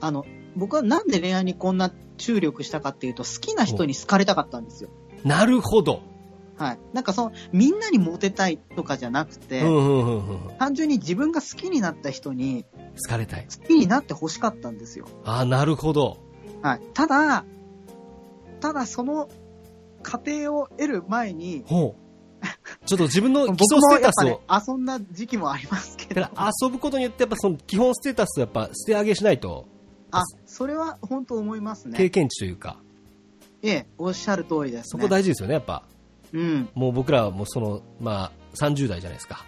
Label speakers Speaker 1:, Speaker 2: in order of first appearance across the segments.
Speaker 1: あの、僕はなんで恋愛にこんな注力したかっていうと、好きな人に好かれたかったんですよ。
Speaker 2: なるほど。
Speaker 1: はい。なんかその、みんなにモテたいとかじゃなくて、
Speaker 2: うんうんうんうん。好
Speaker 1: 単純に自分が好きになった人に、
Speaker 2: かれたい。
Speaker 1: 好きになって欲しかったんですよ。
Speaker 2: ああ、なるほど。
Speaker 1: はい。ただ、ただその、過程を得る前に、
Speaker 2: ほう。ちょっと自分の基
Speaker 1: 僕
Speaker 2: 礎
Speaker 1: も
Speaker 2: ステー
Speaker 1: やっ
Speaker 2: タ
Speaker 1: ぱ
Speaker 2: ス
Speaker 1: ね、、
Speaker 2: を
Speaker 1: 遊んだ時期もありますけ ど
Speaker 2: だ、から遊ぶことによってやっぱその基本ステータスをやっぱ捨て上げしないと
Speaker 1: あ、それは本当思います
Speaker 2: 経
Speaker 1: ね。
Speaker 2: 験値というか、
Speaker 1: ええ、おっしゃる通りです
Speaker 2: そ
Speaker 1: ね。
Speaker 2: こ大事ですよね、やっぱ。
Speaker 1: うん。
Speaker 2: もう僕らはもうその、まあ、30代じゃないですか。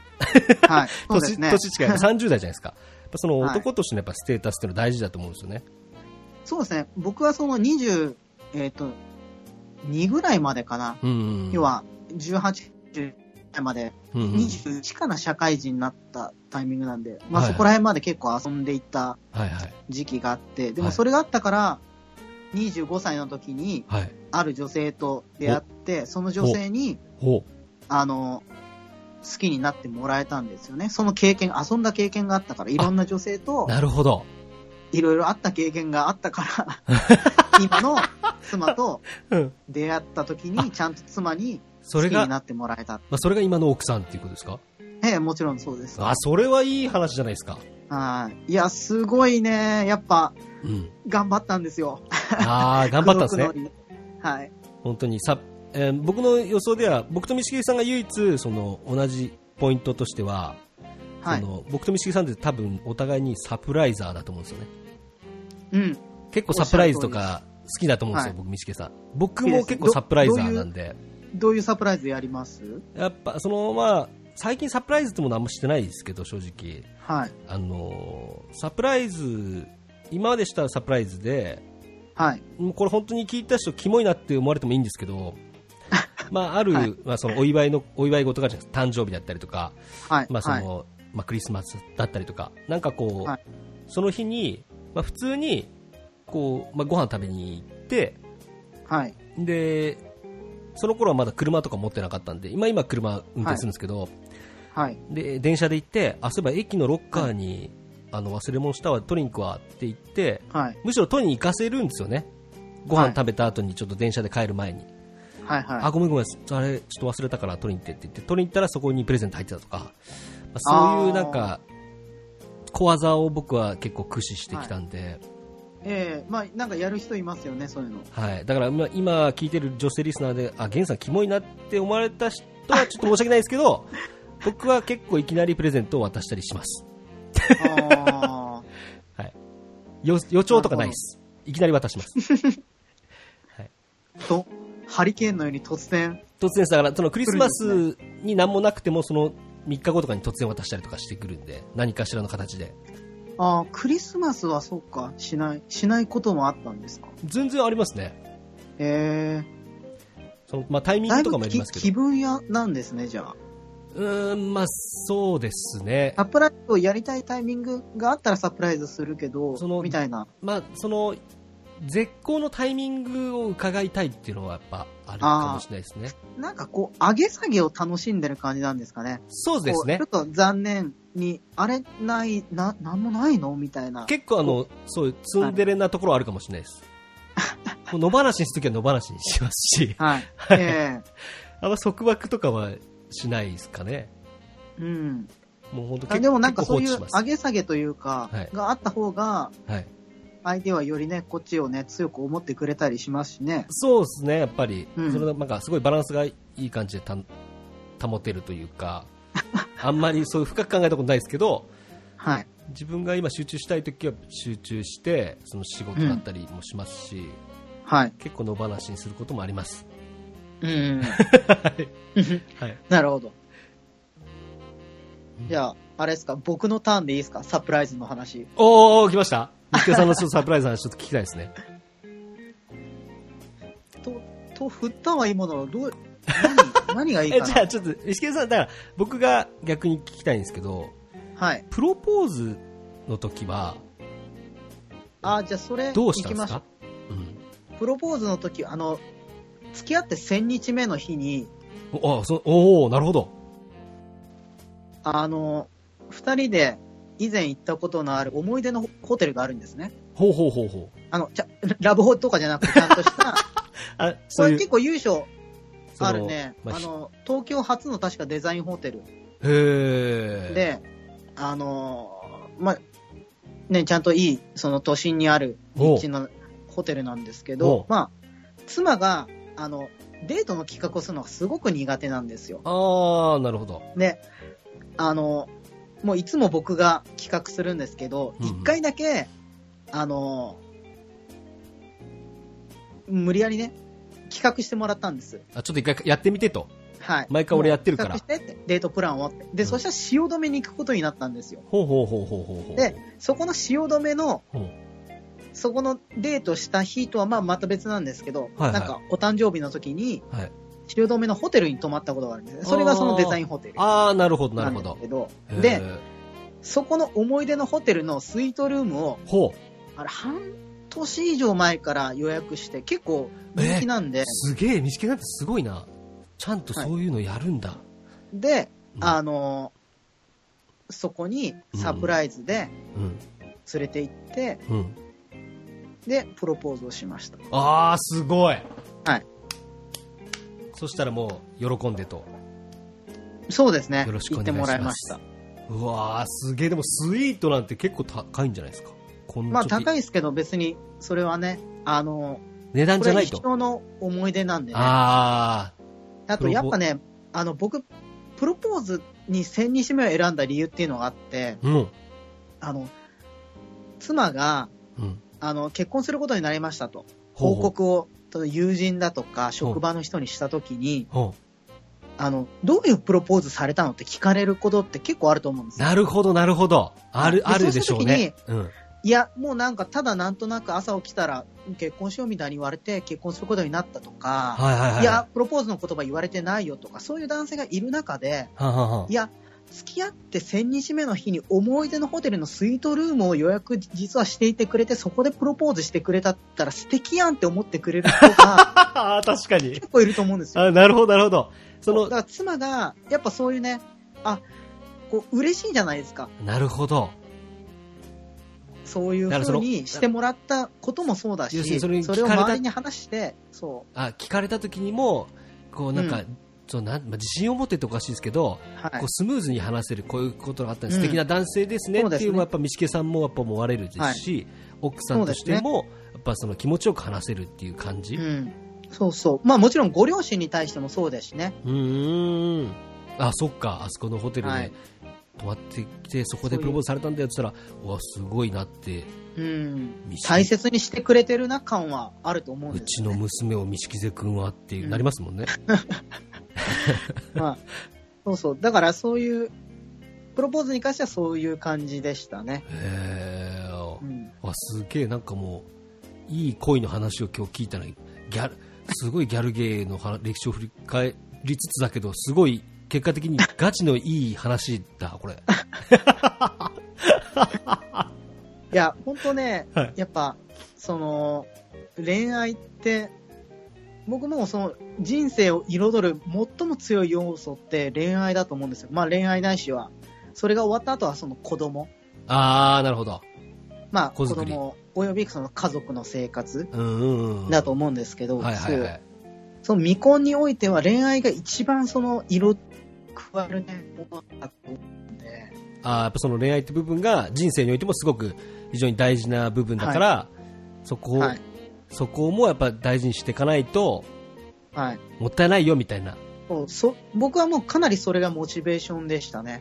Speaker 1: はい。そうです
Speaker 2: 年、
Speaker 1: ね。
Speaker 2: 年違い、30代じ ゃないですか。やっぱその
Speaker 1: はい
Speaker 2: 男としてのやっぱステータスっていうのは大事だと思うんですよね。
Speaker 1: そうですね。僕はその20、えっ、と、2ぐらいまでかな。
Speaker 2: うんうんうん。
Speaker 1: 要は、18、10代まで、
Speaker 2: うんうん、
Speaker 1: 21かな社会人になったタイミングなんで、まあ
Speaker 2: はい
Speaker 1: そこら辺まで結構遊んでいった
Speaker 2: はいはい。
Speaker 1: 時期があって、で
Speaker 2: は
Speaker 1: も
Speaker 2: い
Speaker 1: それがあったから、25歳の時に、
Speaker 2: はい。
Speaker 1: ある女性と出会って、その女性に、
Speaker 2: ほ
Speaker 1: あの、好きになってもらえたんですよね。その経験、遊んだ経験があったから、いろんな女性と
Speaker 2: う。、なるほど。
Speaker 1: いろいろあった経験があったから、 今の妻と
Speaker 2: うん。
Speaker 1: 出会った時に、ちゃんと妻に
Speaker 2: そ
Speaker 1: 好き
Speaker 2: れ
Speaker 1: に
Speaker 2: が、
Speaker 1: な
Speaker 2: ま
Speaker 1: ってもらえた。
Speaker 2: あ、それが今の奥さんっていうことですか
Speaker 1: ええ、もちろんそうです。
Speaker 2: あ、それはいい話じゃないですか。
Speaker 1: はい。いや、すごいね。やっぱ、
Speaker 2: うん。
Speaker 1: 頑張ったんですよ。
Speaker 2: ああ、頑張ったんですね
Speaker 1: 口。説くのに。はい。
Speaker 2: 本当にさ、えー僕の予想では僕と錦木さんが唯一その同じポイントとしては、
Speaker 1: は
Speaker 2: そ
Speaker 1: い。
Speaker 2: の僕と錦木さんって多分お互いにサプライザーだと思うんですよね
Speaker 1: うん。
Speaker 2: 結構サプライズとか好きだと思うんですよ、
Speaker 1: はい
Speaker 2: 僕錦木さん僕も結構サプライザーなんで
Speaker 1: どういうサプライズやります
Speaker 2: やっぱそのまあ最近サプライズっても何もしてないですけど正直
Speaker 1: はい。
Speaker 2: あのーサプライズ今までしたサプライズで
Speaker 1: はい。
Speaker 2: もうこれ本当に聞いた人キモいなって思われてもいいんです けどまあある、
Speaker 1: はい
Speaker 2: まあ、そのお祝いのお祝い事があるじゃないですか誕生日だったりとか
Speaker 1: はい。
Speaker 2: まあそ
Speaker 1: はい。
Speaker 2: のまあ、クリスマスだったりとか、なんかこう、
Speaker 1: はい
Speaker 2: その日に、まあ、普通にこう、まあ、ご飯食べに行って、
Speaker 1: はい。
Speaker 2: でその頃はまだ車とか持ってなかったんで、今、今車運転するんですけど、
Speaker 1: はい。
Speaker 2: で電車で行って、あそういえば駅のロッカーに、あの忘れ物したわ、取りに行くわって言って、
Speaker 1: はい。
Speaker 2: むしろ取りに行かせるんですよね、ご
Speaker 1: は
Speaker 2: 飯
Speaker 1: い
Speaker 2: 食べた後に、ちょっと電車で帰る前に、
Speaker 1: はい。はい。
Speaker 2: あごめんごめん、あれちょっと忘れたから取りに行ってって言って、取りに行ったらそこにプレゼント入ってたとか、まあそうい
Speaker 1: あ
Speaker 2: う
Speaker 1: ー
Speaker 2: なんか、小技を僕は結構駆使してきたんで、
Speaker 1: ええまあ、なんかやる人いますよね、そういうの。
Speaker 2: はいだから今今聞いてる女性リスナーで、あゲンさん、キモいなって思われた人はちょっと申し訳ないですけど、僕は結構いきなりプレゼントを渡したりします、
Speaker 1: あ
Speaker 2: よ予兆とかないです、いきなり渡します。
Speaker 1: ーと、ハリケーンのように突然。
Speaker 2: 突然ですだからそのクリスマスに何もなくてもその3日後とかに突然渡したりとかしてくるんで何かしらの形で
Speaker 1: ああ、クリスマスはそうか、しない、しないこともあったんですか。
Speaker 2: 全然ありますね
Speaker 1: え
Speaker 2: そのまあ、タイ
Speaker 1: え
Speaker 2: ミン
Speaker 1: だ
Speaker 2: グ
Speaker 1: い
Speaker 2: とか
Speaker 1: ぶ
Speaker 2: もや
Speaker 1: き
Speaker 2: ります
Speaker 1: 気
Speaker 2: けど、
Speaker 1: 分屋なんですね、じゃあ。
Speaker 2: うーん、まあ、そうですね、
Speaker 1: サプライズをやりたいタイミングがあったらサプライズするけど、
Speaker 2: その
Speaker 1: みたいな。
Speaker 2: まあ、その絶好のタイミングを伺いたいっていうのはやっぱあるかもしれないですね、
Speaker 1: なんかこう、上げ下げを楽しんでる感じなんですかね。
Speaker 2: そうですね
Speaker 1: こう、ちょっと残念に、あれ、ない、な、なんもないのみたいな。
Speaker 2: 結構あの、そういうツンデレなところあるかもしれないです、もう野放しにするときは野放しにしますし、
Speaker 1: はい。え
Speaker 2: あんま束縛とかはしないですかね、
Speaker 1: えうん。
Speaker 2: もう本当
Speaker 1: あ
Speaker 2: 結
Speaker 1: でも
Speaker 2: 構、
Speaker 1: なんか
Speaker 2: 結構放
Speaker 1: そうい
Speaker 2: 置
Speaker 1: う
Speaker 2: します
Speaker 1: 上。げ下げというか、
Speaker 2: はい
Speaker 1: があった方が、
Speaker 2: はい
Speaker 1: 相手はよりね、こっちをね、強く思ってくれたりしますしね。
Speaker 2: そうですね、やっぱり、
Speaker 1: うん
Speaker 2: それがなんかすごいバランスがいい感じでた保てるという か、あんまりそういう深く考えたことないですけど、
Speaker 1: はい。
Speaker 2: 自分が今集中したい時は集中して、その仕事だったりもしますし、
Speaker 1: はい。
Speaker 2: 結構野放しにすることもあ ります。
Speaker 1: うん。
Speaker 2: はい、
Speaker 1: なるほど。じゃあ、あれですか、僕のターンでいいですかサプライズの話。
Speaker 2: おーおー、来ました三木さんのちょっとサプライズの話ちょっと聞きたいですね。
Speaker 1: と、と、振ったはいいものの、 どう、何、何がいいか
Speaker 2: え
Speaker 1: な
Speaker 2: じゃあちょっと、石毛さん、だから僕が逆に聞きたいんですけど、
Speaker 1: はい。
Speaker 2: プロポーズの時は
Speaker 1: あ、じゃあそれ、
Speaker 2: どうしたん
Speaker 1: 行
Speaker 2: で
Speaker 1: きますしょ
Speaker 2: かうん
Speaker 1: うプロポーズの時、あの、付き合って1000日目の日に、
Speaker 2: おあそおーなるほど。
Speaker 1: あの、二人で以前行ったことのある思い出のホテルがあるんですね。
Speaker 2: ほうほうほうほう。
Speaker 1: あの、ちゃラブホとかじゃなくて、ちゃんとした、
Speaker 2: あ、
Speaker 1: こ
Speaker 2: そう
Speaker 1: れ
Speaker 2: いう
Speaker 1: 結。構優勝
Speaker 2: その
Speaker 1: あるね。
Speaker 2: まあ
Speaker 1: あの、東京初の確かデザインホテル
Speaker 2: へえ。、
Speaker 1: で、あのー、まあ、ね、ちゃんといい、その都心にある
Speaker 2: おう
Speaker 1: 立地のホテルなんですけ
Speaker 2: おう
Speaker 1: ど、まあ、妻が、あの、デートの企画をするのがすごく苦手なんですよ。
Speaker 2: ああ、なるほど。
Speaker 1: で、あの、もういつも僕が企画するんですけど、
Speaker 2: うんうん
Speaker 1: 一、回だけ、あの、無理やりね、企画してもらったんです。
Speaker 2: あ、ちょっと一回やってみてと。
Speaker 1: はい。
Speaker 2: 毎回俺やってるから
Speaker 1: もう企画してってデートプランをって。で、
Speaker 2: うん
Speaker 1: そしたら汐留に行くことになったんですよ。
Speaker 2: ほうほうほうほうほうほう。
Speaker 1: で、そこの汐留の、
Speaker 2: ほう、
Speaker 1: そこのデートした日とはまあまた別なんですけど、
Speaker 2: はいはい
Speaker 1: なんかお誕生日の時に、
Speaker 2: はい。
Speaker 1: 汐留のホテルに泊まったことがあるんですね。それがそのデザインホテル
Speaker 2: ああ、なるほど、な
Speaker 1: な
Speaker 2: る
Speaker 1: ん
Speaker 2: ほ
Speaker 1: です
Speaker 2: ど
Speaker 1: け。ど、
Speaker 2: へ
Speaker 1: で、
Speaker 2: ー、
Speaker 1: そこの思い出のホテルのスイートルームを、
Speaker 2: ほ
Speaker 1: あれ、半年以上前から予約して、結構人気なんで
Speaker 2: う。、すげえ、見つけなんてすごいな。ちゃんとそういうのやるんだ。
Speaker 1: で、
Speaker 2: うん
Speaker 1: あのーそこにサプライズで
Speaker 2: うん。
Speaker 1: 連れて行って、
Speaker 2: うん。
Speaker 1: で、プロポーズをしました。
Speaker 2: ああ、すごい。
Speaker 1: はい。
Speaker 2: そしたらもう、喜んでと。
Speaker 1: そうですね。
Speaker 2: よろしく
Speaker 1: 行
Speaker 2: お
Speaker 1: って
Speaker 2: 願いし
Speaker 1: も
Speaker 2: ます
Speaker 1: らいました。
Speaker 2: うわー、すげえ。でも、スイートなんて結構高いんじゃないですか。こんな
Speaker 1: まあ、
Speaker 2: ちょっと
Speaker 1: 高いですけど、別に、それはね、あの
Speaker 2: 値
Speaker 1: ー
Speaker 2: 段
Speaker 1: こ
Speaker 2: じ
Speaker 1: れ
Speaker 2: ゃ
Speaker 1: は
Speaker 2: ない
Speaker 1: 一
Speaker 2: と。
Speaker 1: 生の思い出なんでね。あ
Speaker 2: ああ、
Speaker 1: と、やっぱね、あの、僕、プロポーズに千日目を選んだ理由っていうのがあって、
Speaker 2: うん。
Speaker 1: あの、妻が、
Speaker 2: うん。
Speaker 1: あの、結婚することになりましたと。
Speaker 2: ほうほう
Speaker 1: 報告を、友人だとか、職場の人にしたときに、
Speaker 2: ほ
Speaker 1: あの、どういうプロポーズされたのって聞かれることって結構あると思うんで
Speaker 2: う
Speaker 1: すよ。
Speaker 2: なるほど、なるほど。ある、
Speaker 1: で
Speaker 2: あるでしょうね。うん。
Speaker 1: いや、もうなんか、ただなんとなく朝起きたら、結婚しようみたいに言われて、結婚することになったとか、
Speaker 2: はいはいはい。
Speaker 1: いや、プロポーズの言葉言われてないよとか、そういう男性がいる中で、
Speaker 2: はんはんはん
Speaker 1: いや、付き合って1000日目の日に思い出のホテルのスイートルームを予約実はしていてくれて、そこでプロポーズしてくれたったら素敵やんって思ってくれる人 が
Speaker 2: ああ、確かに。
Speaker 1: 結構いると思うんですよ。
Speaker 2: あなるほど、なるほど。そ
Speaker 1: だ
Speaker 2: の
Speaker 1: か、ら妻が、やっぱそういうね、あ、こう嬉しいじゃないですか。
Speaker 2: なるほど。
Speaker 1: そういう
Speaker 2: だからそ
Speaker 1: 風
Speaker 2: の
Speaker 1: にしてもらったこともそうだ
Speaker 2: 要
Speaker 1: し、
Speaker 2: するにそ
Speaker 1: そ
Speaker 2: れに
Speaker 1: れ
Speaker 2: 聞かれ
Speaker 1: を
Speaker 2: た
Speaker 1: 周りに話して、そ
Speaker 2: あ、聞かれた時にも、こうなんか、
Speaker 1: う
Speaker 2: そうなんまあ、自信を持ってっておかしいですけど、
Speaker 1: う、は
Speaker 2: こ。
Speaker 1: いう
Speaker 2: スムーズに話せる、こういうことがあったんで
Speaker 1: う
Speaker 2: 素
Speaker 1: ん
Speaker 2: 敵な男性ですね
Speaker 1: そ
Speaker 2: っ
Speaker 1: う
Speaker 2: て
Speaker 1: で
Speaker 2: い
Speaker 1: すね
Speaker 2: うのはやっぱ道家さんもやっぱ思われるですし、奥さんとしても、やっぱその気持ちよく話せるっていう感じ。
Speaker 1: う。
Speaker 2: うん
Speaker 1: そうそう。まあもちろんご両親に対してもそうですしね。
Speaker 2: ーん。あ、そっか、あそこのホテルで、
Speaker 1: はい
Speaker 2: 泊まってきて、そこでプロポーズされたんだよって言ったら、うわ、すごいなって、
Speaker 1: うん。
Speaker 2: 見識
Speaker 1: 大切にしてくれてるな感はあると思うん
Speaker 2: う
Speaker 1: です
Speaker 2: ち
Speaker 1: よ
Speaker 2: の
Speaker 1: ね、
Speaker 2: 娘を錦瀬君はっていうなりますもんね。
Speaker 1: まあ、そうそう。だからそういう、プロポーズに関してはそういう感じでしたね。
Speaker 2: へー
Speaker 1: うん。
Speaker 2: わすげえなんかもういい恋の話を今日聞いたらギャルすごいギャルゲーの話歴史を振り返りつつだけどすごい結果的にガチのいい話だ これ
Speaker 1: いや、本当ね、
Speaker 2: はい
Speaker 1: やっぱ、その、恋愛って、僕もその人生を彩る最も強い要素って恋愛だと思うんですよ。まあ恋愛ないしは、それが終わった後はその子供。
Speaker 2: ああなるほど
Speaker 1: まあ
Speaker 2: 子
Speaker 1: 子
Speaker 2: 作り
Speaker 1: 供およびその家族の生活
Speaker 2: うんうんうん
Speaker 1: だと思うんですけど、
Speaker 2: はいはいはい
Speaker 1: そうその未婚においては恋愛が一番その色加わるね、ものだと思うんで、
Speaker 2: あーやっぱその恋愛って部分が人生においてもすごく非常に大事な部分だから、そこを、
Speaker 1: はい
Speaker 2: そこもやっぱ大事にしていかないと
Speaker 1: はい
Speaker 2: もったいないよみたいな
Speaker 1: そうそ。僕はもうかなりそれがモチベーションでしたね。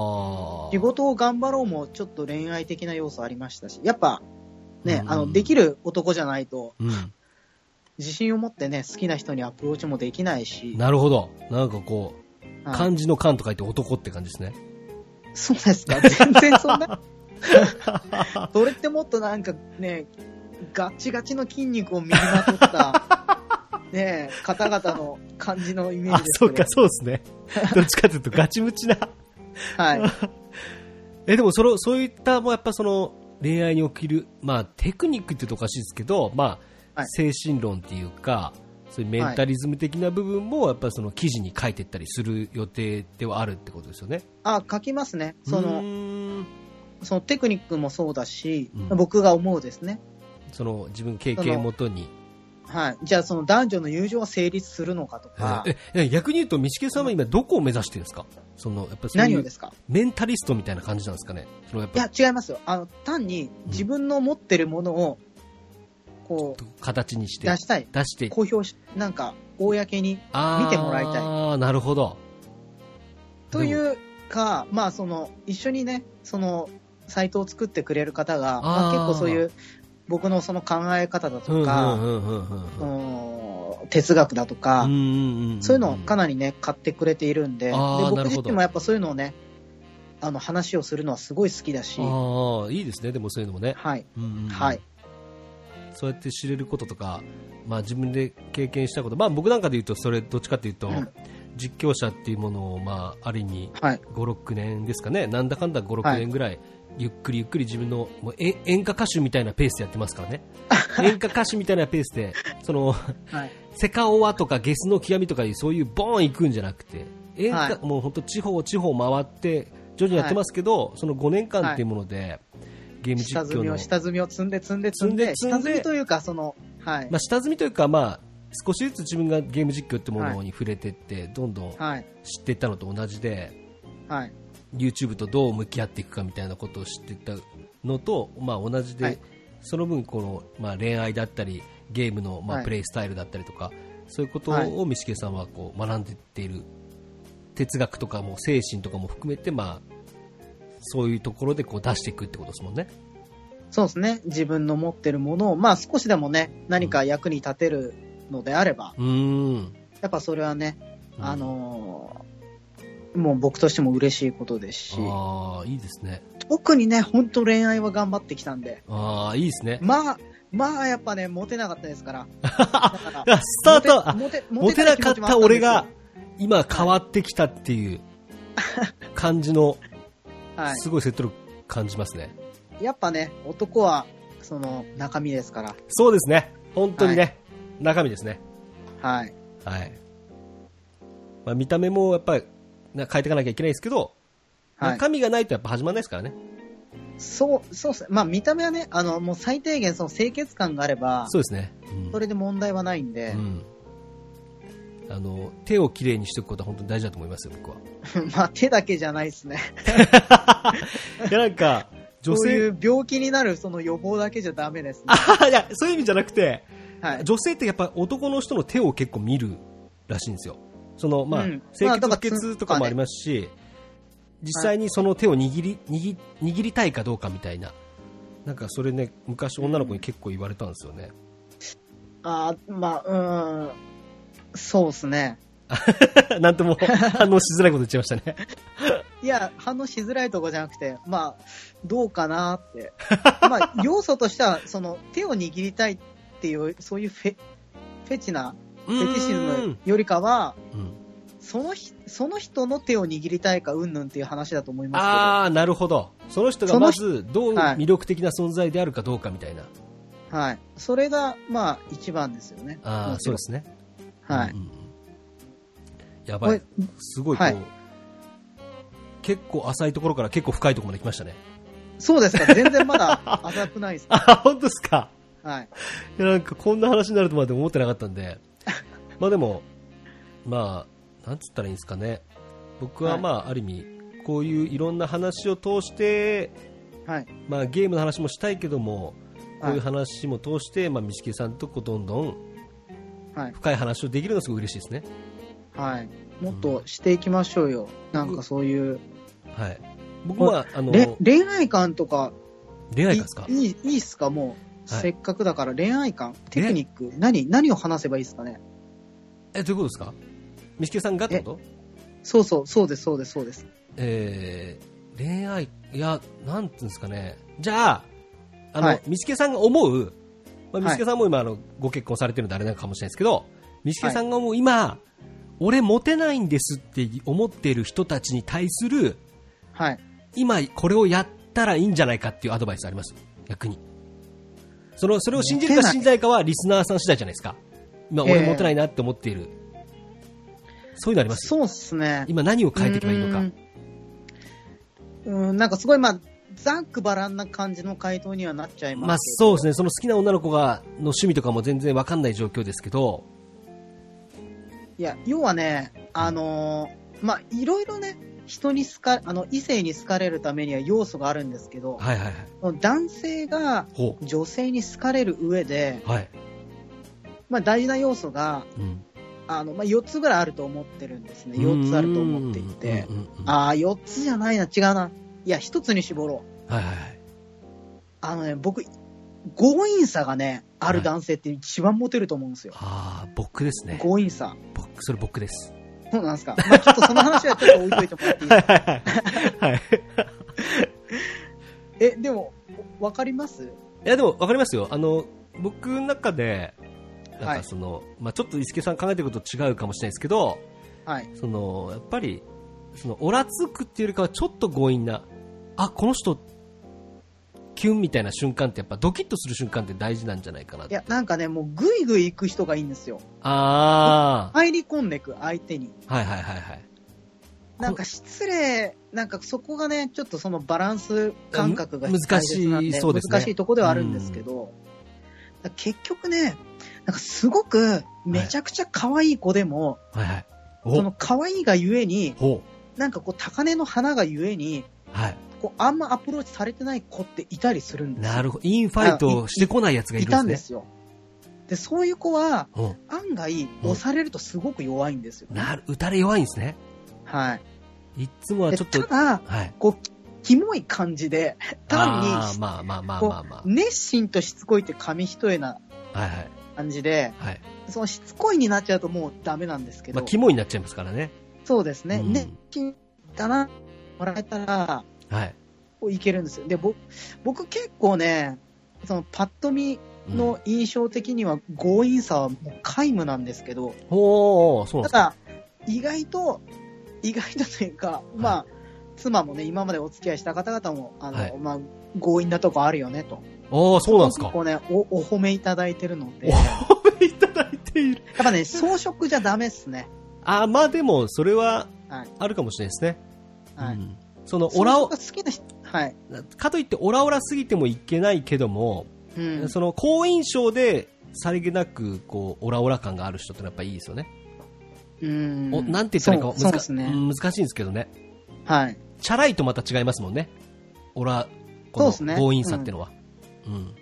Speaker 2: あ
Speaker 1: 仕事を頑張ろうもちょっと恋愛的な要素ありましたし、やっぱね、
Speaker 2: うん
Speaker 1: あの、できる男じゃないと、
Speaker 2: うん
Speaker 1: 自信を持ってね、好きな人にアプローチもできないし、
Speaker 2: なるほどなんかこう
Speaker 1: はい
Speaker 2: 漢字の漢と書いて男って感じですね。
Speaker 1: そうですか、全然そん な。それってもっとなんかね、ガチガチの筋肉を身にまとった、 ねえ、方々の感じのイメー
Speaker 2: あ
Speaker 1: ジ、ですけ
Speaker 2: そう
Speaker 1: ど
Speaker 2: か、そうですね。どっちかというとガチムチな。
Speaker 1: はい。
Speaker 2: え、でもその、そういった、もうやっぱその、恋愛における、まあ、テクニックって言うとおかしいですけど、まあ、
Speaker 1: はい
Speaker 2: 精神論っていうか、そういうメンタリズム的な部分も、やっぱその記事に書いてったりする予定ではあるってことですよね。
Speaker 1: あ、書きますね。そうの、
Speaker 2: ーん
Speaker 1: そのテクニックもそうだし、
Speaker 2: うん
Speaker 1: 僕が思うですね。
Speaker 2: その自分経験をもとに、
Speaker 1: はい。じゃあ、その男女の友情は成立するのかとか、
Speaker 2: ええ逆に言うと、道重さんは今、どこを目指してるんですか、そのやっぱそうい
Speaker 1: 何を
Speaker 2: う
Speaker 1: ですか
Speaker 2: メンタリストみたいな感じなんですかね、そのやっ
Speaker 1: い
Speaker 2: ぱ
Speaker 1: や、違いますよ。あの、単に自分の持ってるものを、こう、
Speaker 2: 形にして
Speaker 1: 出、したい。
Speaker 2: 出して、
Speaker 1: 公表し、なんか、公に、
Speaker 2: あー
Speaker 1: 見てもらいたい
Speaker 2: ああ、なるほど。
Speaker 1: というか、まあ、その、一緒にね、その、サイトを作ってくれる方が、まあ、
Speaker 2: あー
Speaker 1: 結構そういう、僕のその考え方だ
Speaker 2: でも
Speaker 1: とか、
Speaker 2: うんうんうんうんうん
Speaker 1: うん哲学だとか、
Speaker 2: うんんん
Speaker 1: そういうのをかなりね、買ってくれているんで、で
Speaker 2: あーな
Speaker 1: 僕
Speaker 2: るほど
Speaker 1: 自身もやっぱそういうのをね、あの話をするのはすごい好きだし、は
Speaker 2: ああいいですねでもそういうのもね、
Speaker 1: い、
Speaker 2: うんうんうん
Speaker 1: はい、
Speaker 2: そうやって知れることとか、まあ、自分で経験したこと、まあ、僕なんかで言うとそれどっちかというと、
Speaker 1: うん
Speaker 2: 実況者っていうものを、まあ、ある意味
Speaker 1: はい、
Speaker 2: 56年ですかねなんだかんだ56
Speaker 1: はい
Speaker 2: 年ぐらい、ゆっくりゆっくり自分のもうえ演歌歌手みたいなペースでやってま すからね演歌歌手みたいなペースでその
Speaker 1: はい、
Speaker 2: セカオワとかゲスの極みとかいうそういうボーン行くんじゃなくて、演歌
Speaker 1: はい
Speaker 2: もう本当地方地方回って徐々にやってますけど、その5年間っていうもので、ゲーム実
Speaker 1: 下積
Speaker 2: 況
Speaker 1: み
Speaker 2: の
Speaker 1: を下積みを積んで積んで積んで、
Speaker 2: 積んで積んで
Speaker 1: 下積みというか、その、はい、
Speaker 2: まあ、下積みというか、まあ、少しずつ自分がゲーム実況ってものに触れてって、どんどん
Speaker 1: はい、
Speaker 2: 知っていったのと同じで、
Speaker 1: はい、
Speaker 2: YouTube とどう向き合っていくかみたいなことを知っていったのと、まあ、同じで、
Speaker 1: はい
Speaker 2: その分この、まあ、恋愛だったりゲームの、ま
Speaker 1: は
Speaker 2: あ、
Speaker 1: い
Speaker 2: プレイスタイルだったりとか、そういうこと
Speaker 1: はい
Speaker 2: を見重さんはこう学んでいっている哲学とかも精神とかも含めて、まあ、そういうところでこう出していくってことですもんね。
Speaker 1: そうですね、自分の持ってるものを、まあ少しでもね、何か役に立てるのであれば、
Speaker 2: うーん
Speaker 1: やっぱそれはね、あのーもう僕としても嬉しいことですし、
Speaker 2: あーいいですね。
Speaker 1: 特にね、本当恋愛は頑張ってきたんで、
Speaker 2: ああ、いいですね。
Speaker 1: まあ、まあやっぱね、モテなかったです から。だから
Speaker 2: あスタート、あ
Speaker 1: モテ
Speaker 2: モテなかった俺が、今変わってきたっていう感じの、
Speaker 1: は
Speaker 2: すごい説得力感じますね。
Speaker 1: い、やっぱね、男は、その、中身ですから。
Speaker 2: そうですね。本当にね、中身ですね。
Speaker 1: はい。
Speaker 2: はい。まあ、見た目もやっぱりな変えていかなきゃいけないですけど、
Speaker 1: はい。
Speaker 2: 中身がないとやっぱ始まらないですからね。
Speaker 1: そう、そうっすね。まあ、見た目はね、あの、もう最低限、その、清潔感があれば、
Speaker 2: そうですね。うん
Speaker 1: それで問題はないんで
Speaker 2: う、んあの手をきれいにしておくことは本当に大事だと思いますよ、 僕は。
Speaker 1: まあ、手だけじゃないですね。
Speaker 2: いや、なんか、 女
Speaker 1: そうい
Speaker 2: 性、
Speaker 1: う病気になる、その予防だけじゃダメですね。
Speaker 2: あいや、そういう意味じゃなくて、
Speaker 1: はい。
Speaker 2: 女性ってやっぱ男の人の手を結構見るらしいんですよ。そのまあ、
Speaker 1: うん
Speaker 2: 清
Speaker 1: まあ
Speaker 2: 潔
Speaker 1: だから
Speaker 2: 不潔とかもありますし、実際にその手を握り握握りたいかどうかみたいな、なんかそれね、昔女の子に結構言われたんですよね。
Speaker 1: あーまあ、うーん、そうですね。
Speaker 2: なん とも反応しづらいこと言っちゃいましたね。
Speaker 1: いや、反応しづらいとこじゃなくて、まあ、どうかな って。まあ、要素としては、その、手を握りたいっていう、そういうフェ、フェチな、
Speaker 2: う
Speaker 1: フェチシズムよりかは、
Speaker 2: んうん
Speaker 1: そのひ、その人の手を握りたいか、うんぬんっていう話だと思いま
Speaker 2: ああ、なるほど。その人が
Speaker 1: そ
Speaker 2: ま
Speaker 1: の人
Speaker 2: ずどう
Speaker 1: はい
Speaker 2: 魅力的な存在であるかどうかみたいな。
Speaker 1: すけど。はい。それが、まあ、一番ですよね。
Speaker 2: ああ、
Speaker 1: もち
Speaker 2: そう
Speaker 1: ろ
Speaker 2: で
Speaker 1: ん
Speaker 2: すね。
Speaker 1: はい
Speaker 2: うん。うんうんや
Speaker 1: こ
Speaker 2: ばい
Speaker 1: れ。、
Speaker 2: すごいこう、
Speaker 1: はい
Speaker 2: 結構浅いところから結構深いところまで来ましたね。
Speaker 1: そうですか。全然まだ浅くないですね。
Speaker 2: あ、本当ですか。
Speaker 1: はい。
Speaker 2: いや、なんかこんな話になるとまで思ってなかったん で。まあでも、まあ、なんつったらいいんですかね。僕は
Speaker 1: はい
Speaker 2: まあ、ある意味、こういういろんな話を通して、
Speaker 1: はい。
Speaker 2: まあゲームの話もしたいけども、こう。
Speaker 1: はいいう
Speaker 2: 話も通して、まあ、三重さんとこうどんどん
Speaker 1: はい。
Speaker 2: 深い話をできるのがすごい嬉しいですね。
Speaker 1: はい。もっとしていきましょうよ。なんかそういう。
Speaker 2: はい。僕は、あの、
Speaker 1: れ恋愛観とか
Speaker 2: 恋愛
Speaker 1: い
Speaker 2: 観ですか
Speaker 1: いいいいっすかもう、
Speaker 2: はい
Speaker 1: せっかくだから恋愛観テクニック何何を話せばいいですかね
Speaker 2: え、どういうことですか三重さんがってこと
Speaker 1: そうそうそうですそうですそうです
Speaker 2: えー恋愛、いや、なんていうんですかね。じゃあ、あの、
Speaker 1: はい
Speaker 2: みさんが思う、まあ、み
Speaker 1: はい
Speaker 2: すさんも今、あの、ご結婚されてるんであれなのかもしれないですけど、みすさんが思う今、俺モテないんですって思ってる人たちに対する、
Speaker 1: はい
Speaker 2: 今これをやったらいいんじゃないかっていうアドバイスあります逆に。その、それを信じる
Speaker 1: モ
Speaker 2: か
Speaker 1: テない
Speaker 2: 信じないかはリスナーさん次第じゃないですか。今、
Speaker 1: え
Speaker 2: 俺
Speaker 1: え
Speaker 2: モテないなって思っている。そういうのあります
Speaker 1: そうっすね
Speaker 2: 今何を変えていけばいいのか。
Speaker 1: うーんうーんなんかすごいまあざっくばらんな感じの回答にはなっちゃいますけど。
Speaker 2: まあそうですね、その好きな女の子がの趣味とかも全然わかんない状況ですけど、
Speaker 1: いや、要はね、あのーまあ、いろいろね、人に好か、あの、異性に好かれるためには要素があるんですけど、
Speaker 2: はいはいはい。
Speaker 1: 男性が
Speaker 2: ほ
Speaker 1: 女性に好かれる上で、
Speaker 2: う。はい。
Speaker 1: まあ、大事な要素が、
Speaker 2: うん。
Speaker 1: あの、まあ、4つぐらいあると思ってるんですね。4つあると思っていて
Speaker 2: う、んうんうんうんは
Speaker 1: ああ、4つじゃないな、違うな。いや、1つに絞ろう。
Speaker 2: いはいはい。
Speaker 1: あのね、僕、強引さがね、ある男性って一番モテると思うんですよ。
Speaker 2: ああ、僕ですね。
Speaker 1: 強引さ。
Speaker 2: 僕、それ僕です。
Speaker 1: そうなんですか。まあ、ちょっとその話はちょっと置いといてもらっていいですか
Speaker 2: はい。い
Speaker 1: え、でも、わかります
Speaker 2: や、でもわかりますよ。あの、僕の中で、なん
Speaker 1: はい
Speaker 2: かその、まあちょっと伊助さん考えてること違うかもしれないですけど、
Speaker 1: はい。
Speaker 2: その、やっぱり、その、おらつくっていうよりかはちょっと強引な、あ、この人、キュンみたいな瞬間ってやっぱドキッとする瞬間って大事なんじゃないかなっ
Speaker 1: い
Speaker 2: て。
Speaker 1: や、なんかね、もうぐいぐい行く人がいいんですよ。
Speaker 2: あ
Speaker 1: 入り込んでいく、相手に。
Speaker 2: あ、はいはいはいはい。
Speaker 1: なんか失礼、なんかそこがね、ちょっとそのバランス感覚が
Speaker 2: うん難しい
Speaker 1: 大切なん
Speaker 2: そうですね
Speaker 1: 難しいとこではあるんですけど、だから結局ね、なんかすごくめちゃくちゃ可愛い子でも、
Speaker 2: はいはい。
Speaker 1: そ
Speaker 2: お
Speaker 1: の可愛いがゆえに、
Speaker 2: ほ
Speaker 1: なんかこう高嶺の花がゆえに、
Speaker 2: う。はい。
Speaker 1: こうあんまアプローチされてない子っていたりするんですよ。
Speaker 2: なるほど。インファイトしてこないやつがい
Speaker 1: い
Speaker 2: るんですね。
Speaker 1: たんですよ。で、そういう子は、
Speaker 2: うん
Speaker 1: 案外押されるとすごく弱いんですよ、
Speaker 2: なる、打たれ弱いんですね。
Speaker 1: はい
Speaker 2: いっつもは
Speaker 1: で
Speaker 2: ちょっと、
Speaker 1: ただ
Speaker 2: はい。
Speaker 1: こうキモい感じで単に
Speaker 2: あーまあまあまあまあま
Speaker 1: 熱心としつこいって紙一重な
Speaker 2: あ。はいはい。
Speaker 1: 感じで
Speaker 2: はい。
Speaker 1: そのしつこいになっちゃうともうダメなんですけど、
Speaker 2: まあ、肝になっちゃいますからね。
Speaker 1: そうですね、
Speaker 2: うん
Speaker 1: 熱心だなもらえたら
Speaker 2: はい。
Speaker 1: こういけるんですよで僕僕結構ねそのパッと見
Speaker 2: うん、
Speaker 1: の印象的には強引さはもう皆無なんですけど、
Speaker 2: おー、そうなん
Speaker 1: た
Speaker 2: ですか。
Speaker 1: だ、意外と、意外とというか、まあ、妻もね、今までお付き合いした方々も、あの、
Speaker 2: はい
Speaker 1: まあ、強引なとこあるよね、と。
Speaker 2: おー、そうなんですか。
Speaker 1: こうね、お、お褒めいただいてるので、
Speaker 2: お
Speaker 1: やっ
Speaker 2: いただいている。
Speaker 1: ぱね、装飾じゃダメっすね。
Speaker 2: あー、まあでも、それは
Speaker 1: はい、
Speaker 2: あるかもしれないですね。
Speaker 1: はい。
Speaker 2: うんその、
Speaker 1: 装
Speaker 2: オラ
Speaker 1: 飾
Speaker 2: オ
Speaker 1: が、好きな人、はい。
Speaker 2: かといってオラオラすぎてもいけないけども、
Speaker 1: うん。
Speaker 2: その、好印象で、さりげなく、こう、オラオラ感がある人ってのはやっぱいいですよね。
Speaker 1: うん
Speaker 2: おなんて言ったらいいか
Speaker 1: そうそう
Speaker 2: 難
Speaker 1: で
Speaker 2: し
Speaker 1: す
Speaker 2: い、
Speaker 1: ね。
Speaker 2: うん難しいんですけどね。
Speaker 1: はい。
Speaker 2: チャラいとまた違いますもんね。オラ、こ
Speaker 1: そう
Speaker 2: の
Speaker 1: っすね
Speaker 2: 強引さってのは。うん。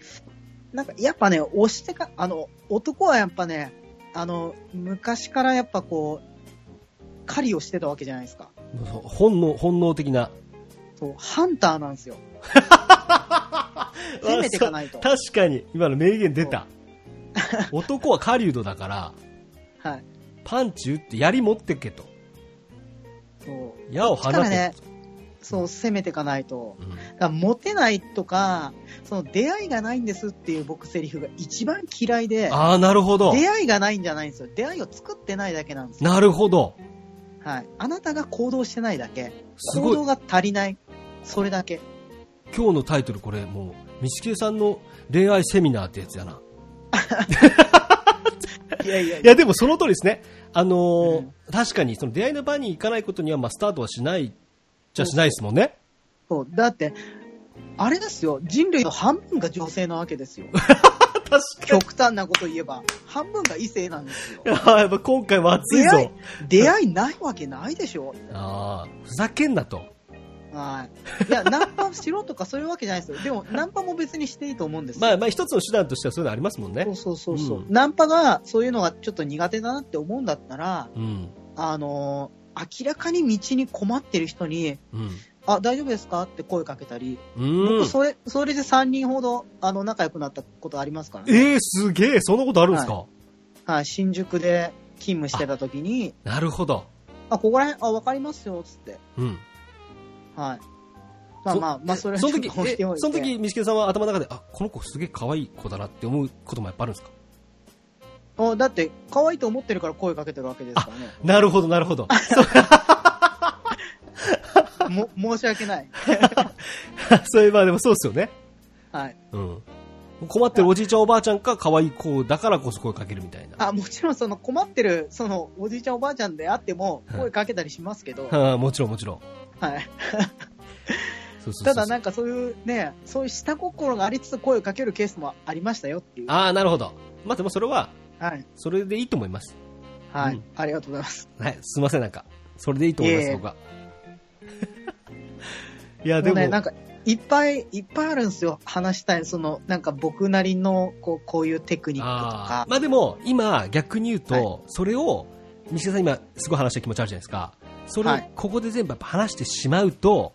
Speaker 1: なんか、やっぱね、押してか、あの、男はやっぱね、あの、昔からやっぱこう、狩りをしてたわけじゃないですか。
Speaker 2: そう本能、本能的な。
Speaker 1: そう、ハンターなんですよ。攻めていかないと
Speaker 2: あ。そう確かに、今の名言出た。男は狩人だから、
Speaker 1: はい。
Speaker 2: パンチ打って槍持ってけと。
Speaker 1: そう。
Speaker 2: 矢を放
Speaker 1: だから
Speaker 2: て。
Speaker 1: ねそう、攻めていかないと。
Speaker 2: うん
Speaker 1: だからモテないとか、その出会いがないんですっていう僕セリフが一番嫌いで、
Speaker 2: ああ、なるほど。
Speaker 1: 出会いがないんじゃないんですよ。出会いを作ってないだけなんですよ。
Speaker 2: なるほど。
Speaker 1: はい。あなたが行動してないだけ。
Speaker 2: す
Speaker 1: 行
Speaker 2: ごい
Speaker 1: 動。が足りない。それだけ。
Speaker 2: 今日のタイトルこれ、もう、道恵さんの恋愛セミナーってやつやな。
Speaker 1: いやいやい
Speaker 2: い
Speaker 1: や。
Speaker 2: や、でもその通りですね。あのー
Speaker 1: うん
Speaker 2: 確かに、その出会いの場に行かないことには、まあ、スタートはしない、じゃしないですもんね。
Speaker 1: そう。だって、あれですよ。人類の半分が女性なわけですよ。
Speaker 2: 確
Speaker 1: 極端なこと言えば、半分が異性なんですよ。
Speaker 2: かに。やっぱ今回は熱い
Speaker 1: 出会い
Speaker 2: ぞ。
Speaker 1: 出会いないわけないでしょ。
Speaker 2: ああ、ふざけんなと。
Speaker 1: はい。いや、ナンパしろとかそういうわけじゃないですよ。でも、ナンパも別にしていいと思うんですよ。
Speaker 2: まあ、まあ、一つの手段としてはそういうのありますもんね
Speaker 1: そう。そうそうそう、
Speaker 2: うん
Speaker 1: ナンパが、そういうのがちょっと苦手だなって思うんだったら、
Speaker 2: うん。
Speaker 1: あのー明らかに道に困ってる人に、
Speaker 2: うん。
Speaker 1: あ、大丈夫ですかって声かけたり、
Speaker 2: う
Speaker 1: 僕
Speaker 2: ん。
Speaker 1: それ、それで3人ほど、あの、仲良くなったことありますからね。
Speaker 2: ええすげえ、そんなことあるんですか、
Speaker 1: はい、新宿で勤務してた時に、
Speaker 2: なるほど。
Speaker 1: あ、ここら辺、あ、わかりますよ、つって。
Speaker 2: うん。
Speaker 1: はい。まあ
Speaker 2: そ
Speaker 1: まあ、まあ、それ は
Speaker 2: その
Speaker 1: ち
Speaker 2: 時
Speaker 1: ょっと置い、
Speaker 2: え
Speaker 1: ておいて
Speaker 2: その時、道恵さんは頭の中で、あ、この子すげえ可愛い子だなって思うこともやっぱあるんですか
Speaker 1: あだって、可愛いと思ってるから声かけてるわけですからね。
Speaker 2: なるほど、なるほど。
Speaker 1: も申し訳ない。
Speaker 2: そういえば、でもそうですよね。
Speaker 1: はい。
Speaker 2: うん。困ってるおじいちゃんおばあちゃんか可愛い子だからこそ声かけるみたいな。
Speaker 1: あ、もちろんその困ってる、そのおじいちゃんおばあちゃ んであっても声かけたりしますけど、は
Speaker 2: あもちろんもちろん。
Speaker 1: い。
Speaker 2: そうそうそ
Speaker 1: た
Speaker 2: う
Speaker 1: だなんかそういうね、そういう下心がありつつ声をかけるケースもありましたよっていう。
Speaker 2: ああ、なるほど。まあ、でもそれは、
Speaker 1: はい。
Speaker 2: それでいいと思います。
Speaker 1: はい、
Speaker 2: うん
Speaker 1: ありがとうございます。
Speaker 2: はい、すいません、なんか。それでいいと思いま
Speaker 1: いえい
Speaker 2: す、
Speaker 1: え
Speaker 2: 僕は。 い
Speaker 1: で
Speaker 2: や、で
Speaker 1: も
Speaker 2: も、
Speaker 1: ね、なんか、いっぱいいっぱいあるんですよ。話したい。その、なんか僕なりの、こう、こういうテクニックと
Speaker 2: あ
Speaker 1: か
Speaker 2: ー。まあでも、今、逆に言うと、それを、西田さん今、すごい話した気持ちあるじゃないですか。それを
Speaker 1: はい
Speaker 2: ここで全部やっぱ話してしまうと、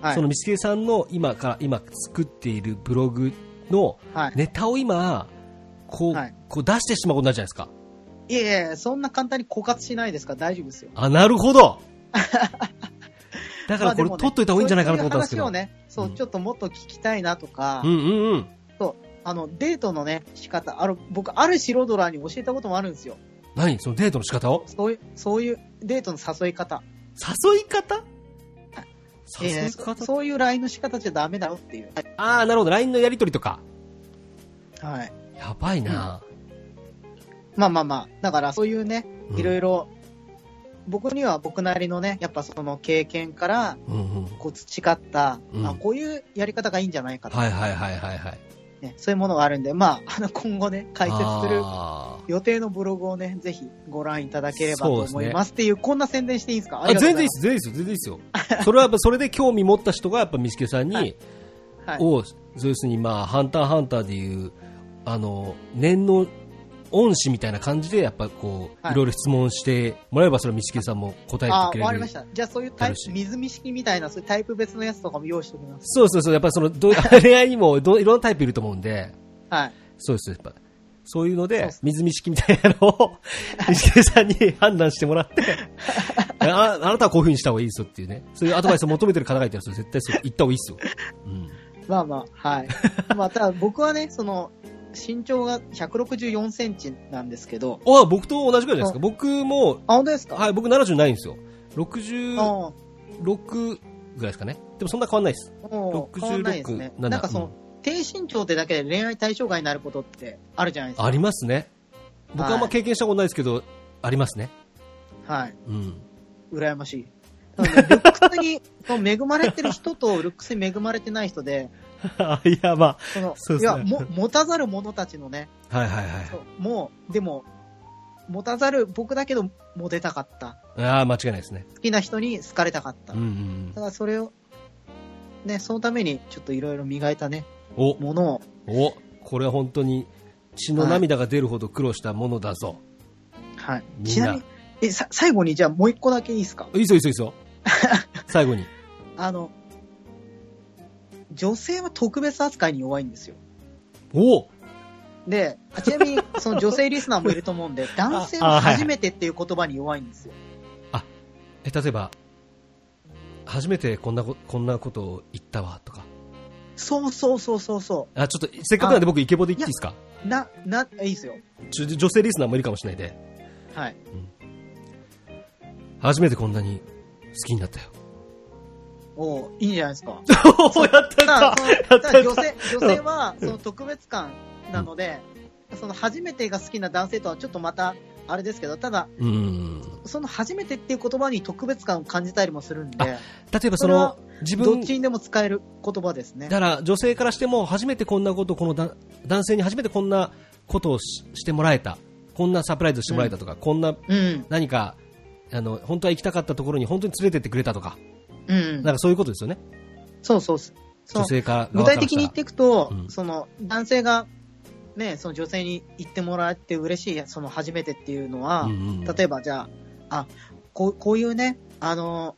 Speaker 1: はい
Speaker 2: その。ミスケさんの今から今作っているブログの
Speaker 1: はい。
Speaker 2: ネタを今こう,、
Speaker 1: はい
Speaker 2: こう出してしまうことになるじゃないですか
Speaker 1: いえいえ、そんな簡単に枯渇しないですから大丈夫ですよ。
Speaker 2: あなる ほどだ
Speaker 1: ま
Speaker 2: か
Speaker 1: あ
Speaker 2: らこ
Speaker 1: で
Speaker 2: れ
Speaker 1: もね
Speaker 2: 取っといた方がいいんじゃないかなと思ったんですけど
Speaker 1: そういう話をね、そうう、
Speaker 2: ん
Speaker 1: ちょっともっと聞きたいなとか、
Speaker 2: うんうんうん
Speaker 1: あの、デートのね、仕方、あの、僕、ある白ドラに教えたこともあるんですよ。
Speaker 2: 何そのデートの仕方を
Speaker 1: そういう、そういうデートの誘い方。
Speaker 2: 誘い方誘
Speaker 1: ええ
Speaker 2: い方、
Speaker 1: そそういう LINE の仕方じゃダメだよっていう。
Speaker 2: ああなるほど LINE のやり取りとか
Speaker 1: はい。
Speaker 2: やばいな、
Speaker 1: まあまあまあ、だからそういうね、いろ
Speaker 2: ろ
Speaker 1: いろ、僕には僕なりのね、やっぱその経験から、
Speaker 2: うんうん
Speaker 1: こう培った、
Speaker 2: うん
Speaker 1: あこういうやり方がいいんじゃないかと、
Speaker 2: はいはいはいはいはい
Speaker 1: ね、そういうものがあるんで、まあ、あの今後ね、解説する
Speaker 2: あー
Speaker 1: 予定のブログをね、ぜひご覧いただければと
Speaker 2: そうですね
Speaker 1: 思いますっていう、こんな宣伝していいんですか
Speaker 2: あ全然いい
Speaker 1: で
Speaker 2: です全然いいですよ全然いいですよそれはやっぱそれで興味持った人がやっぱミスケさんに、
Speaker 1: はい。
Speaker 2: を、そう要するに、まあ、ハンターハンターでいう、あの、念の恩師みたいな感じで、やっぱこう、
Speaker 1: はい
Speaker 2: い、ろいろ質問してもらえば、それは見つけさんも答え
Speaker 1: あ
Speaker 2: て
Speaker 1: ー、
Speaker 2: く
Speaker 1: わかり
Speaker 2: れ
Speaker 1: ま
Speaker 2: る
Speaker 1: し。た。じゃあそういうタイプ
Speaker 2: よろし、い
Speaker 1: 水見式みたいな、そういうタイプ別のやつとかも用意しておきます。
Speaker 2: そうそうそう、やっぱりその、どう 恋愛にもどういろんなタイプいると思うんで、
Speaker 1: はい。
Speaker 2: そうです、やっぱ。そういうの
Speaker 1: そう
Speaker 2: で
Speaker 1: っす、
Speaker 2: 水見式みたいなのを、見つけさんに判断してもら って、ああなたはこういうふうにした方がいいですよっていうね、そういうアドバイスを求めてる方がいたら、それ絶対そう言った方がいいですよ。うん。
Speaker 1: まあまあ、 はい。まあ、ただ僕はね、その、身長が164センチなんですけど、
Speaker 2: あ、僕と同じくらいじゃないですか。僕も、
Speaker 1: あ、本当ですか
Speaker 2: はい、僕70ないんですよ。60、
Speaker 1: うん
Speaker 2: 6ぐらいですかね。でもそんな変わんないです。
Speaker 1: もう変わんないですね。
Speaker 2: 67
Speaker 1: なんかその、
Speaker 2: うん
Speaker 1: 低身長ってだけで恋愛対象外になることってあるじゃないですか。
Speaker 2: ありますね。僕はあん
Speaker 1: は
Speaker 2: ま
Speaker 1: い
Speaker 2: 経験したことないですけど、ありますね。
Speaker 1: はい。
Speaker 2: うん。
Speaker 1: 羨ましい。なのでルックスにその恵まれてる人とルックスに恵まれてない人で、
Speaker 2: いや、ま
Speaker 1: その
Speaker 2: そう
Speaker 1: い
Speaker 2: です
Speaker 1: や
Speaker 2: ね
Speaker 1: も持たざる者たちのね、
Speaker 2: あ。はいはいはい
Speaker 1: そうもう、でも、持たざる僕だけど、モテたかった。。
Speaker 2: ああ、間違いないですね。
Speaker 1: 好きな人に好かれたかった。
Speaker 2: うんうん
Speaker 1: だからそれを、ね、そのためにちょっといろいろ磨いたね、
Speaker 2: うん。
Speaker 1: ものを、
Speaker 2: お、お、これは本当に血の涙が出るほど苦労したものだぞ。
Speaker 1: はい。
Speaker 2: みんな
Speaker 1: ちなみに、え、さ、最後にじゃあもう一個だけいいですか
Speaker 2: い、いぞいいぞいいぞ。最後に。
Speaker 1: あの、女性は特別扱いに弱いんですよ。
Speaker 2: おお
Speaker 1: で、あちなみに、その女性リスナーもいると思うんで、男性
Speaker 2: あ
Speaker 1: は
Speaker 2: あはい
Speaker 1: 初めてっていう言葉に弱いんですよ。
Speaker 2: え、例えば、初めてこんなこ、こんなことを言ったわとか。
Speaker 1: そうそうそうそうそ
Speaker 2: あ、ちょっと、せっかくなんで僕イケボで言っていいですか
Speaker 1: う。な、な、えいいですよ。
Speaker 2: ちょ女性リスナーもいるかもしれないで。
Speaker 1: はい。
Speaker 2: 初めてこんなに好きになったよ。
Speaker 1: おういいんじゃないですか。
Speaker 2: おお、やった
Speaker 1: ただ、そのただ女性、女性は、
Speaker 2: うん
Speaker 1: その特別感なので、その初めてが好きな男性とはちょっとまた、あれですけど、ただ、
Speaker 2: うん。
Speaker 1: その初めてっていう言葉に特別感を感じたりもするんで、
Speaker 2: 例えばそ
Speaker 1: それは
Speaker 2: の、自
Speaker 1: ど
Speaker 2: 分
Speaker 1: っ、ちにでも使える言葉ですね
Speaker 2: だ。から女性からしても、初めてこんなこと、このだ男性に初めてこんなことをししてもらえた。こんなサプライズしてもらえたとか、こんな
Speaker 1: うん。
Speaker 2: 何か、あの、本当は行きたかったところに本当に連れてってくれたとか、
Speaker 1: うん。
Speaker 2: なんかそういうことですよね。
Speaker 1: そうそうそう。そ
Speaker 2: 女
Speaker 1: の
Speaker 2: 性から
Speaker 1: 具
Speaker 2: 側
Speaker 1: 体
Speaker 2: から
Speaker 1: 的
Speaker 2: した
Speaker 1: に
Speaker 2: ら。
Speaker 1: 言っていくと、
Speaker 2: うん
Speaker 1: その男性が、ね、その女性に言ってもらって嬉しい、その初めてっていうのは、
Speaker 2: うんうん
Speaker 1: 例えばじゃあ、あこうこういうね、あの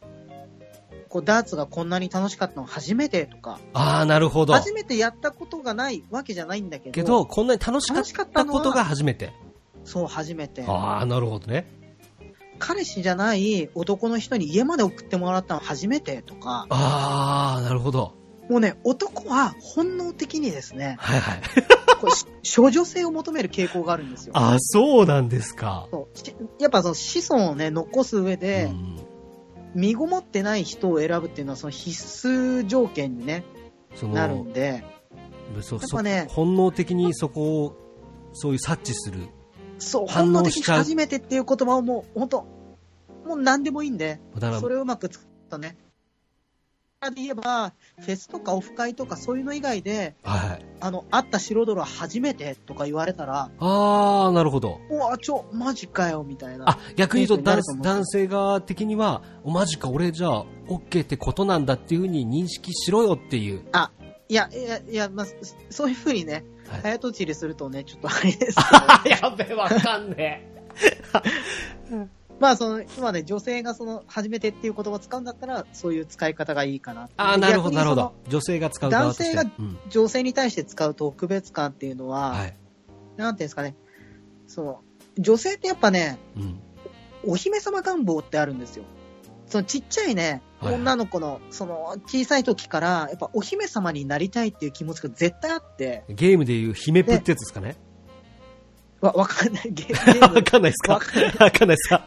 Speaker 1: こうダーツがこんなに楽しかったの初めてとか、
Speaker 2: ああ、なるほど。
Speaker 1: 初めてやったことがないわけじゃないんだけど、
Speaker 2: けど、こんなに楽しかっ
Speaker 1: 楽しかった
Speaker 2: た
Speaker 1: のは
Speaker 2: ことが初めて。
Speaker 1: そう、初めて、
Speaker 2: ああ、なるほどね。
Speaker 1: 彼氏じゃない男の人に家まで送ってもらったの初めてとか、
Speaker 2: ああ、なるほど。
Speaker 1: もうね、男は本能的にですね、
Speaker 2: は いはい。
Speaker 1: こう処女性を求める傾向があるんですよ。
Speaker 2: ああ、そうなんですか。
Speaker 1: そうしやっぱその子孫をね、残す上で
Speaker 2: う、ん
Speaker 1: 身ごもってない人を選ぶっていうのはその必須条件にね、
Speaker 2: その
Speaker 1: なるんで、
Speaker 2: そ
Speaker 1: やっ
Speaker 2: そ
Speaker 1: ぱね
Speaker 2: 本能的にそこをそういう察知する
Speaker 1: そう、
Speaker 2: 反応
Speaker 1: 本能的
Speaker 2: し
Speaker 1: に
Speaker 2: ちゃう
Speaker 1: 初めてっていう言葉をもう、本当もう何でもいいんで、
Speaker 2: だから
Speaker 1: それをうまく使ったね。で言えば、フェスとかオフ会とかそういうの以外で、
Speaker 2: はい。
Speaker 1: あの、会った白泥は初めてとか言われたら、
Speaker 2: あー、なるほど。
Speaker 1: おわ、ちょ、マジかよ、みたいな。
Speaker 2: あ、逆に言うと
Speaker 1: な
Speaker 2: 男
Speaker 1: ると思う
Speaker 2: 男性側的には、おマジか、俺じゃあ、OK ってことなんだっていうふうに認識しろよっていう。
Speaker 1: いや、いや、いや、まあ、そそういうふうにね、
Speaker 2: はい
Speaker 1: 早とちりするとね、ちょっとあれですけど。
Speaker 2: やべえ、わかんねえ。
Speaker 1: まあ、その、今ね、女性がその、初めてっていう言葉を使うんだったら、そういう使い方がいいかな。
Speaker 2: あー、なるほど、なるほ
Speaker 1: 逆
Speaker 2: ど
Speaker 1: に。
Speaker 2: 女性が使う側として。
Speaker 1: 男性が
Speaker 2: うん
Speaker 1: その。女性に対して使う特別感っていうのは、
Speaker 2: はい。
Speaker 1: なんていうんですかね、その、女性ってやっぱね、
Speaker 2: うん。
Speaker 1: お姫様願望ってあるんですよ。そのちっちゃいね、
Speaker 2: はいはい
Speaker 1: 女の子の、その、小さい時から、やっぱお姫様になりたいっていう気持ちが絶対あって、
Speaker 2: ゲームでいう、姫プってやつですかね。
Speaker 1: わ、わかんない。ゲーム
Speaker 2: わかんないですか
Speaker 1: わかんない
Speaker 2: わかんないですか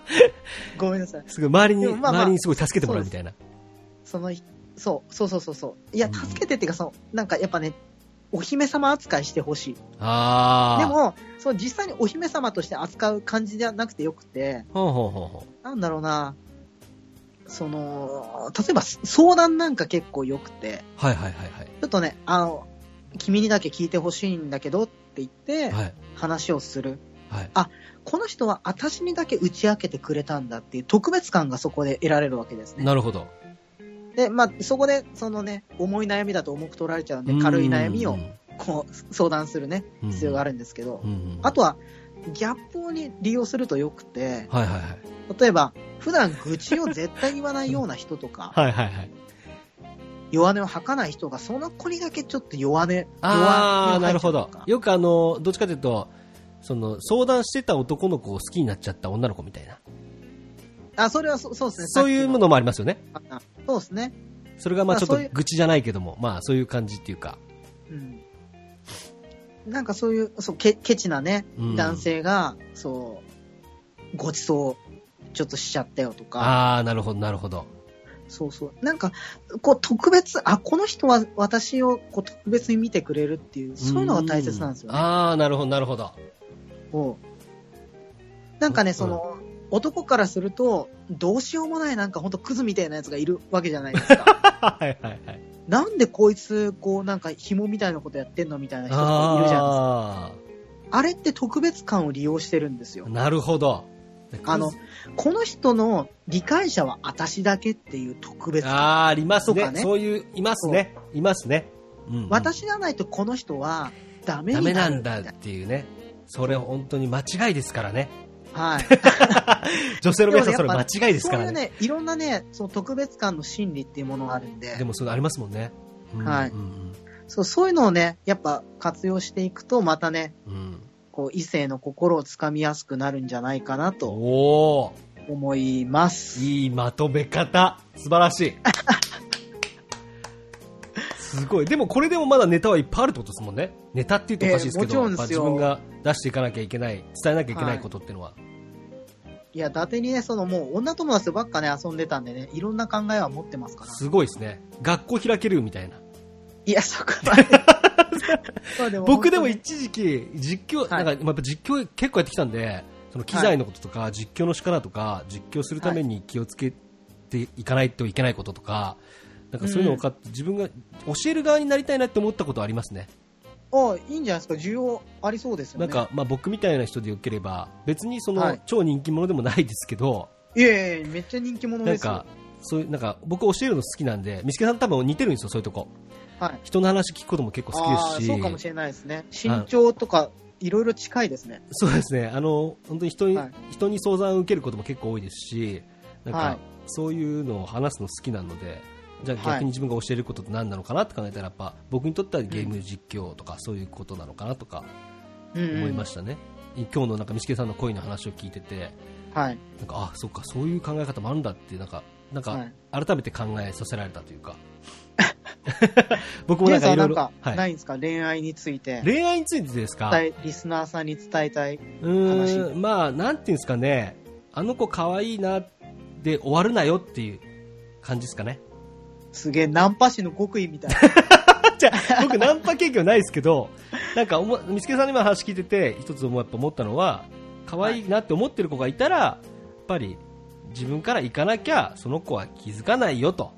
Speaker 1: ごめんなさい。
Speaker 2: すごい、周りに、
Speaker 1: でもまあまあ
Speaker 2: 周りにすごい助けてもらうみたいな。
Speaker 1: その、そう、そうそうそうそう。いや、
Speaker 2: うん
Speaker 1: 助けてっていうか、その、なんかやっぱね、お姫様扱いしてほしい。
Speaker 2: あ
Speaker 1: で、
Speaker 2: ー。
Speaker 1: も、その実際にお姫様として扱う感じじゃなくてよくて、
Speaker 2: ほうほうほうほう。
Speaker 1: なんだろうな、その、例えば相談なんか結構よくて、
Speaker 2: はいはいはいはい。
Speaker 1: ちょっとね、あの、君にだけ聞いてほしいんだけどって言って、
Speaker 2: はい。
Speaker 1: 話をする。
Speaker 2: はい。
Speaker 1: この人は私にだけ打ち明けてくれたんだっていう特別感がそこで得られるわけですね。
Speaker 2: なるほど。
Speaker 1: で、まあ、そこで、そのね、重い悩みだと重く取られちゃうんで、軽い悩み
Speaker 2: う
Speaker 1: を
Speaker 2: ん、
Speaker 1: こう、相談するね、必要があ
Speaker 2: る。
Speaker 1: るんですけど
Speaker 2: う、ん
Speaker 1: あとは、ギャップをね利用するとよくて、
Speaker 2: はいはいはい。
Speaker 1: 例えば、普段愚痴を絶対言わないような人とか、
Speaker 2: はいはいはい。
Speaker 1: 弱音を吐かない人が、その子にだけちょっと弱音、弱音を
Speaker 2: ああ、
Speaker 1: 吐
Speaker 2: ないる
Speaker 1: ちゃ
Speaker 2: ほ
Speaker 1: うと
Speaker 2: ど
Speaker 1: か。
Speaker 2: よくあの、どっちかというと、その、相談してた男の子を好きになっちゃった女の子みたいな。
Speaker 1: あ、それはそそうですね。
Speaker 2: そういうものもありますよね。
Speaker 1: さっきの。そうですね。
Speaker 2: それがま
Speaker 1: ま
Speaker 2: あ
Speaker 1: あ
Speaker 2: ちょっと
Speaker 1: そういう
Speaker 2: 愚痴じゃないけども、まあそういう感じっていうか。
Speaker 1: うん。なんかそういう、そう、ケケチなね、
Speaker 2: うん
Speaker 1: 男性が、そう、ごちそう、ちょっとしちゃったよとか、
Speaker 2: ああ、なるほど、なるほど。
Speaker 1: そうそう。なんか、こう、特別、あ、この人は私をこう特別に見てくれるっていう、そういうのが大切なんですよ
Speaker 2: う
Speaker 1: ね。
Speaker 2: ああ、なるほど、なるほど。
Speaker 1: こうなんか
Speaker 2: う
Speaker 1: ね、
Speaker 2: ん
Speaker 1: その、男からすると、どうしようもないなんかほんとクズみたいなやつがいるわけじゃないです か。
Speaker 2: はいはいはい。
Speaker 1: なんでこいつ、こうなんか紐みたいなことやってんのみたいな人とかいるじゃないですか。
Speaker 2: あ
Speaker 1: あれって特別感を利用してるんですよ
Speaker 2: あ、。なるほど。
Speaker 1: あの、この人の理解者は私だけっていう特別感。
Speaker 2: あーあります
Speaker 1: と
Speaker 2: ね
Speaker 1: かね
Speaker 2: そういう、いますね。いますね。うんうん、
Speaker 1: 私じゃないとこの人はダメ
Speaker 2: ダ
Speaker 1: に
Speaker 2: メ
Speaker 1: な
Speaker 2: な
Speaker 1: る
Speaker 2: ん
Speaker 1: みた
Speaker 2: だ
Speaker 1: い
Speaker 2: っ
Speaker 1: な。
Speaker 2: ていうね。それ本当に間違いですからね。
Speaker 1: はい。
Speaker 2: 女性の皆さんそ
Speaker 1: で
Speaker 2: れ
Speaker 1: も
Speaker 2: 間
Speaker 1: やっぱ
Speaker 2: 違いですか
Speaker 1: そうい
Speaker 2: ら
Speaker 1: う
Speaker 2: ね。
Speaker 1: ね、いろんなね、その特別感の心理っていうものがあるんで、
Speaker 2: でもそれありますもんね。うん
Speaker 1: はい
Speaker 2: うん
Speaker 1: そうそういうのをね、やっぱ活用していくと、またね、
Speaker 2: うんうん
Speaker 1: こう、異性の心をつかみやすくなるんじゃないかなと
Speaker 2: おお
Speaker 1: 思います。
Speaker 2: いいまとめ方。素晴ら しい。すごい。でもこれでもまだネタはいっぱいあるってことですもんね。ネタっていうとおかしいですけど、
Speaker 1: ええもちろんですよ
Speaker 2: やっぱ自分が出していかなきゃいけない、伝えなきゃいけないことっていうのは。
Speaker 1: いや、伊達にね、そのもう女友達ばっかね、遊んでたんでね、いろんな考えは持ってますから。
Speaker 2: すごいですね。学校開けるみたいな。
Speaker 1: いや、そこま で。まあでも
Speaker 2: 僕でも
Speaker 1: 本
Speaker 2: 一時期、実況、
Speaker 1: はい
Speaker 2: なんかやっぱ実況結構やってきたんで、その機材のこととか、実況の力とか、実況するために気をつけていかないといけないこととか、なんかそういうのをかって、自分が教える側になりたいなって思ったことはありますね。
Speaker 1: 当にあいいんじゃないですか、需要ありそうですよ
Speaker 2: な
Speaker 1: ね。
Speaker 2: んか、まあ僕みたいな人でよければ、別にそ
Speaker 1: は
Speaker 2: の
Speaker 1: い
Speaker 2: 超人気者でもないですけど、
Speaker 1: いやいや、めっちゃ人気者
Speaker 2: なん
Speaker 1: ですよ。
Speaker 2: か、そういう、なんか僕教えるの好きなんで、ミスケさん多分似てるんですよ、そういうとこ。
Speaker 1: はい。
Speaker 2: 人の話聞くことも結構
Speaker 1: あ
Speaker 2: 好き
Speaker 1: あ
Speaker 2: ですし。
Speaker 1: そうかもしれないですね。身長とか、いろいろ近いですね。
Speaker 2: そうですね、あの本当に人に,、
Speaker 1: はい
Speaker 2: 人に相談を受けることも結構多いですし、なんか、
Speaker 1: はい
Speaker 2: そういうのを話すの好きなので、じゃあ
Speaker 1: は
Speaker 2: 逆
Speaker 1: い
Speaker 2: に自分が教えることって何なのかなって考えたら、やっぱ僕にとってはゲーム実況とか、そういうことなのかなとか
Speaker 1: うん、
Speaker 2: 思いましたね、今日のなんか、ミシケさんの恋の話を聞いてて、
Speaker 1: た。はい。
Speaker 2: なんか、あそっか、そういう考え方もあるんだって、なんか、な
Speaker 1: は
Speaker 2: んか
Speaker 1: い。
Speaker 2: 改めて考えさせられた というか、僕も
Speaker 1: ジェイさ
Speaker 2: なんかい
Speaker 1: んな
Speaker 2: ろい
Speaker 1: ん
Speaker 2: ろ
Speaker 1: か、、
Speaker 2: は、
Speaker 1: ないいんですか恋愛について。
Speaker 2: 恋愛についてですか。
Speaker 1: 伝えリスナーさんに伝えたい。
Speaker 2: うーんまあなんていうんですかねあの子可愛いなで終わるなよっていう感じですかね
Speaker 1: すげえ、ナンパ師の極意みたいな。
Speaker 2: じゃあ僕ナンパ経験はないですけどなんかおも見つけさんの今の話聞いてて一つもやっぱ思ったのは可愛いなって思ってる子がいたら、やっぱり自分から行かなきゃその子は気づかないよと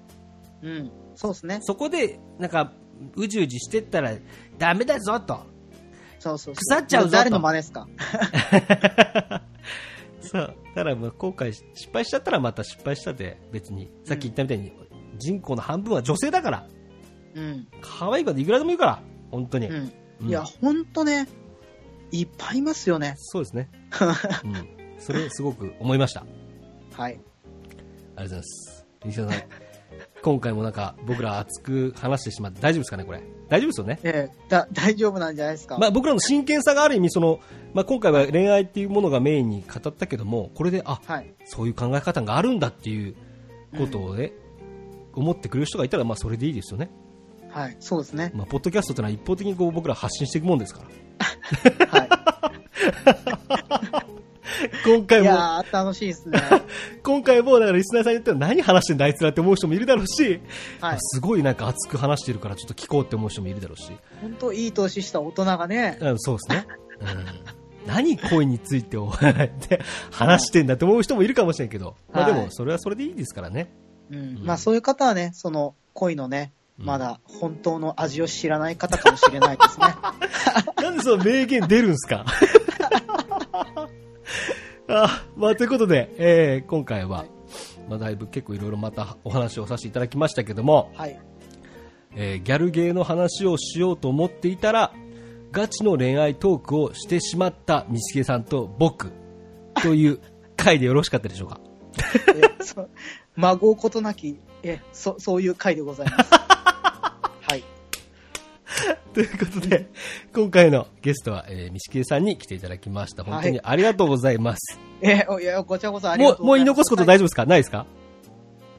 Speaker 1: うん。そうですね。
Speaker 2: そこでなんかうじうじしてったらダメだぞと
Speaker 1: そうそうそう
Speaker 2: 腐っちゃうぞと
Speaker 1: 誰の真似ですか
Speaker 2: そうだからもう後悔し失敗しちゃったらまた失敗したで別にさっき言ったみたいに、人口の半分は女性だから
Speaker 1: うん。
Speaker 2: 可愛い子でいくらでもいるから本当に、
Speaker 1: うん。
Speaker 2: うん
Speaker 1: いや、ほんとね、いっぱいいますよね。
Speaker 2: そ うですね、うん、それすごく思いました
Speaker 1: はい。
Speaker 2: ありがとうございます。西田さん、今回もなんか僕ら熱く話してしまって大丈夫ですかね、これ。大丈夫ですよね。
Speaker 1: ええだ、大丈夫なんじゃないですか。
Speaker 2: まあ、僕らの真剣さがある意味その、まあ、今回は恋愛っていうものがメインに語ったけどもこれであ
Speaker 1: はい。
Speaker 2: そういう考え方があるんだっていうことをね、思ってくれる人がいたらまあそれでいいですよね、
Speaker 1: はい。そうです ね。
Speaker 2: まあ、ポッドキャストってのは一方的にこう僕ら発信していくもんですから
Speaker 1: は
Speaker 2: 今
Speaker 1: い。
Speaker 2: 回
Speaker 1: い
Speaker 2: も
Speaker 1: やー、楽しいです ね。
Speaker 2: 今回もだからリスナーさんに言ったら何話してんだあいつらって思う人もいるだろうし、
Speaker 1: はい。
Speaker 2: すごいなんか熱く話してるからちょっと聞こうって思う人もいるだろうし
Speaker 1: ほんといい年した大人がね、
Speaker 2: うん、そうですね。 うん、何恋についておって話してんだって思う人もいるかもしれんけど、まあ、で
Speaker 1: は
Speaker 2: も
Speaker 1: い
Speaker 2: それはそれでいいですからね。
Speaker 1: うん。
Speaker 2: うん
Speaker 1: まあ、そういう方はね、その、恋のね、
Speaker 2: うん
Speaker 1: まだ本当の味を知らない方かもしれない ですね。
Speaker 2: なんでその名言出るんすか あ、まあ、ということで、えー今回は、まあ、だいぶ結構いろいろまたお話をさせていただきましたけども、
Speaker 1: はい。
Speaker 2: えーギャルゲーの話をしようと思っていたら、ガチの恋愛トークをしてしまったミスケさんと僕という回でよろしかったでしょうか
Speaker 1: えそ孫うことなき、え、そ、そういう回でございます。 はい。
Speaker 2: ということで、 今回のゲストは、えー、ミシキエさんに来ていただきました。本当にありがとうございます。
Speaker 1: え、おいや、こちらこそありが
Speaker 2: も
Speaker 1: と
Speaker 2: う、
Speaker 1: う
Speaker 2: も
Speaker 1: ご
Speaker 2: う
Speaker 1: ざ
Speaker 2: 言
Speaker 1: い
Speaker 2: い
Speaker 1: ます。
Speaker 2: 残すこと大丈夫ですかないですか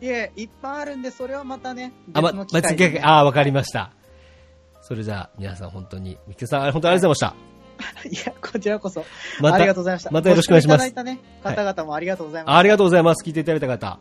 Speaker 1: いえ、いっぱいあるんで、それはまたね、
Speaker 2: あ、ま、
Speaker 1: 別
Speaker 2: ま
Speaker 1: の機会でね、
Speaker 2: ああー、わかりました。それじゃあ、皆さん本当に、ミシキエさん、あれ本当にありがとうございまし
Speaker 1: いや、こちらこそ、
Speaker 2: た。ま
Speaker 1: ありが
Speaker 2: た、
Speaker 1: とうございました。
Speaker 2: またよろしくお願いします
Speaker 1: ご視聴いただいたね、方々もありがとうございます。
Speaker 2: ありがとうございます。聞いていただいた方。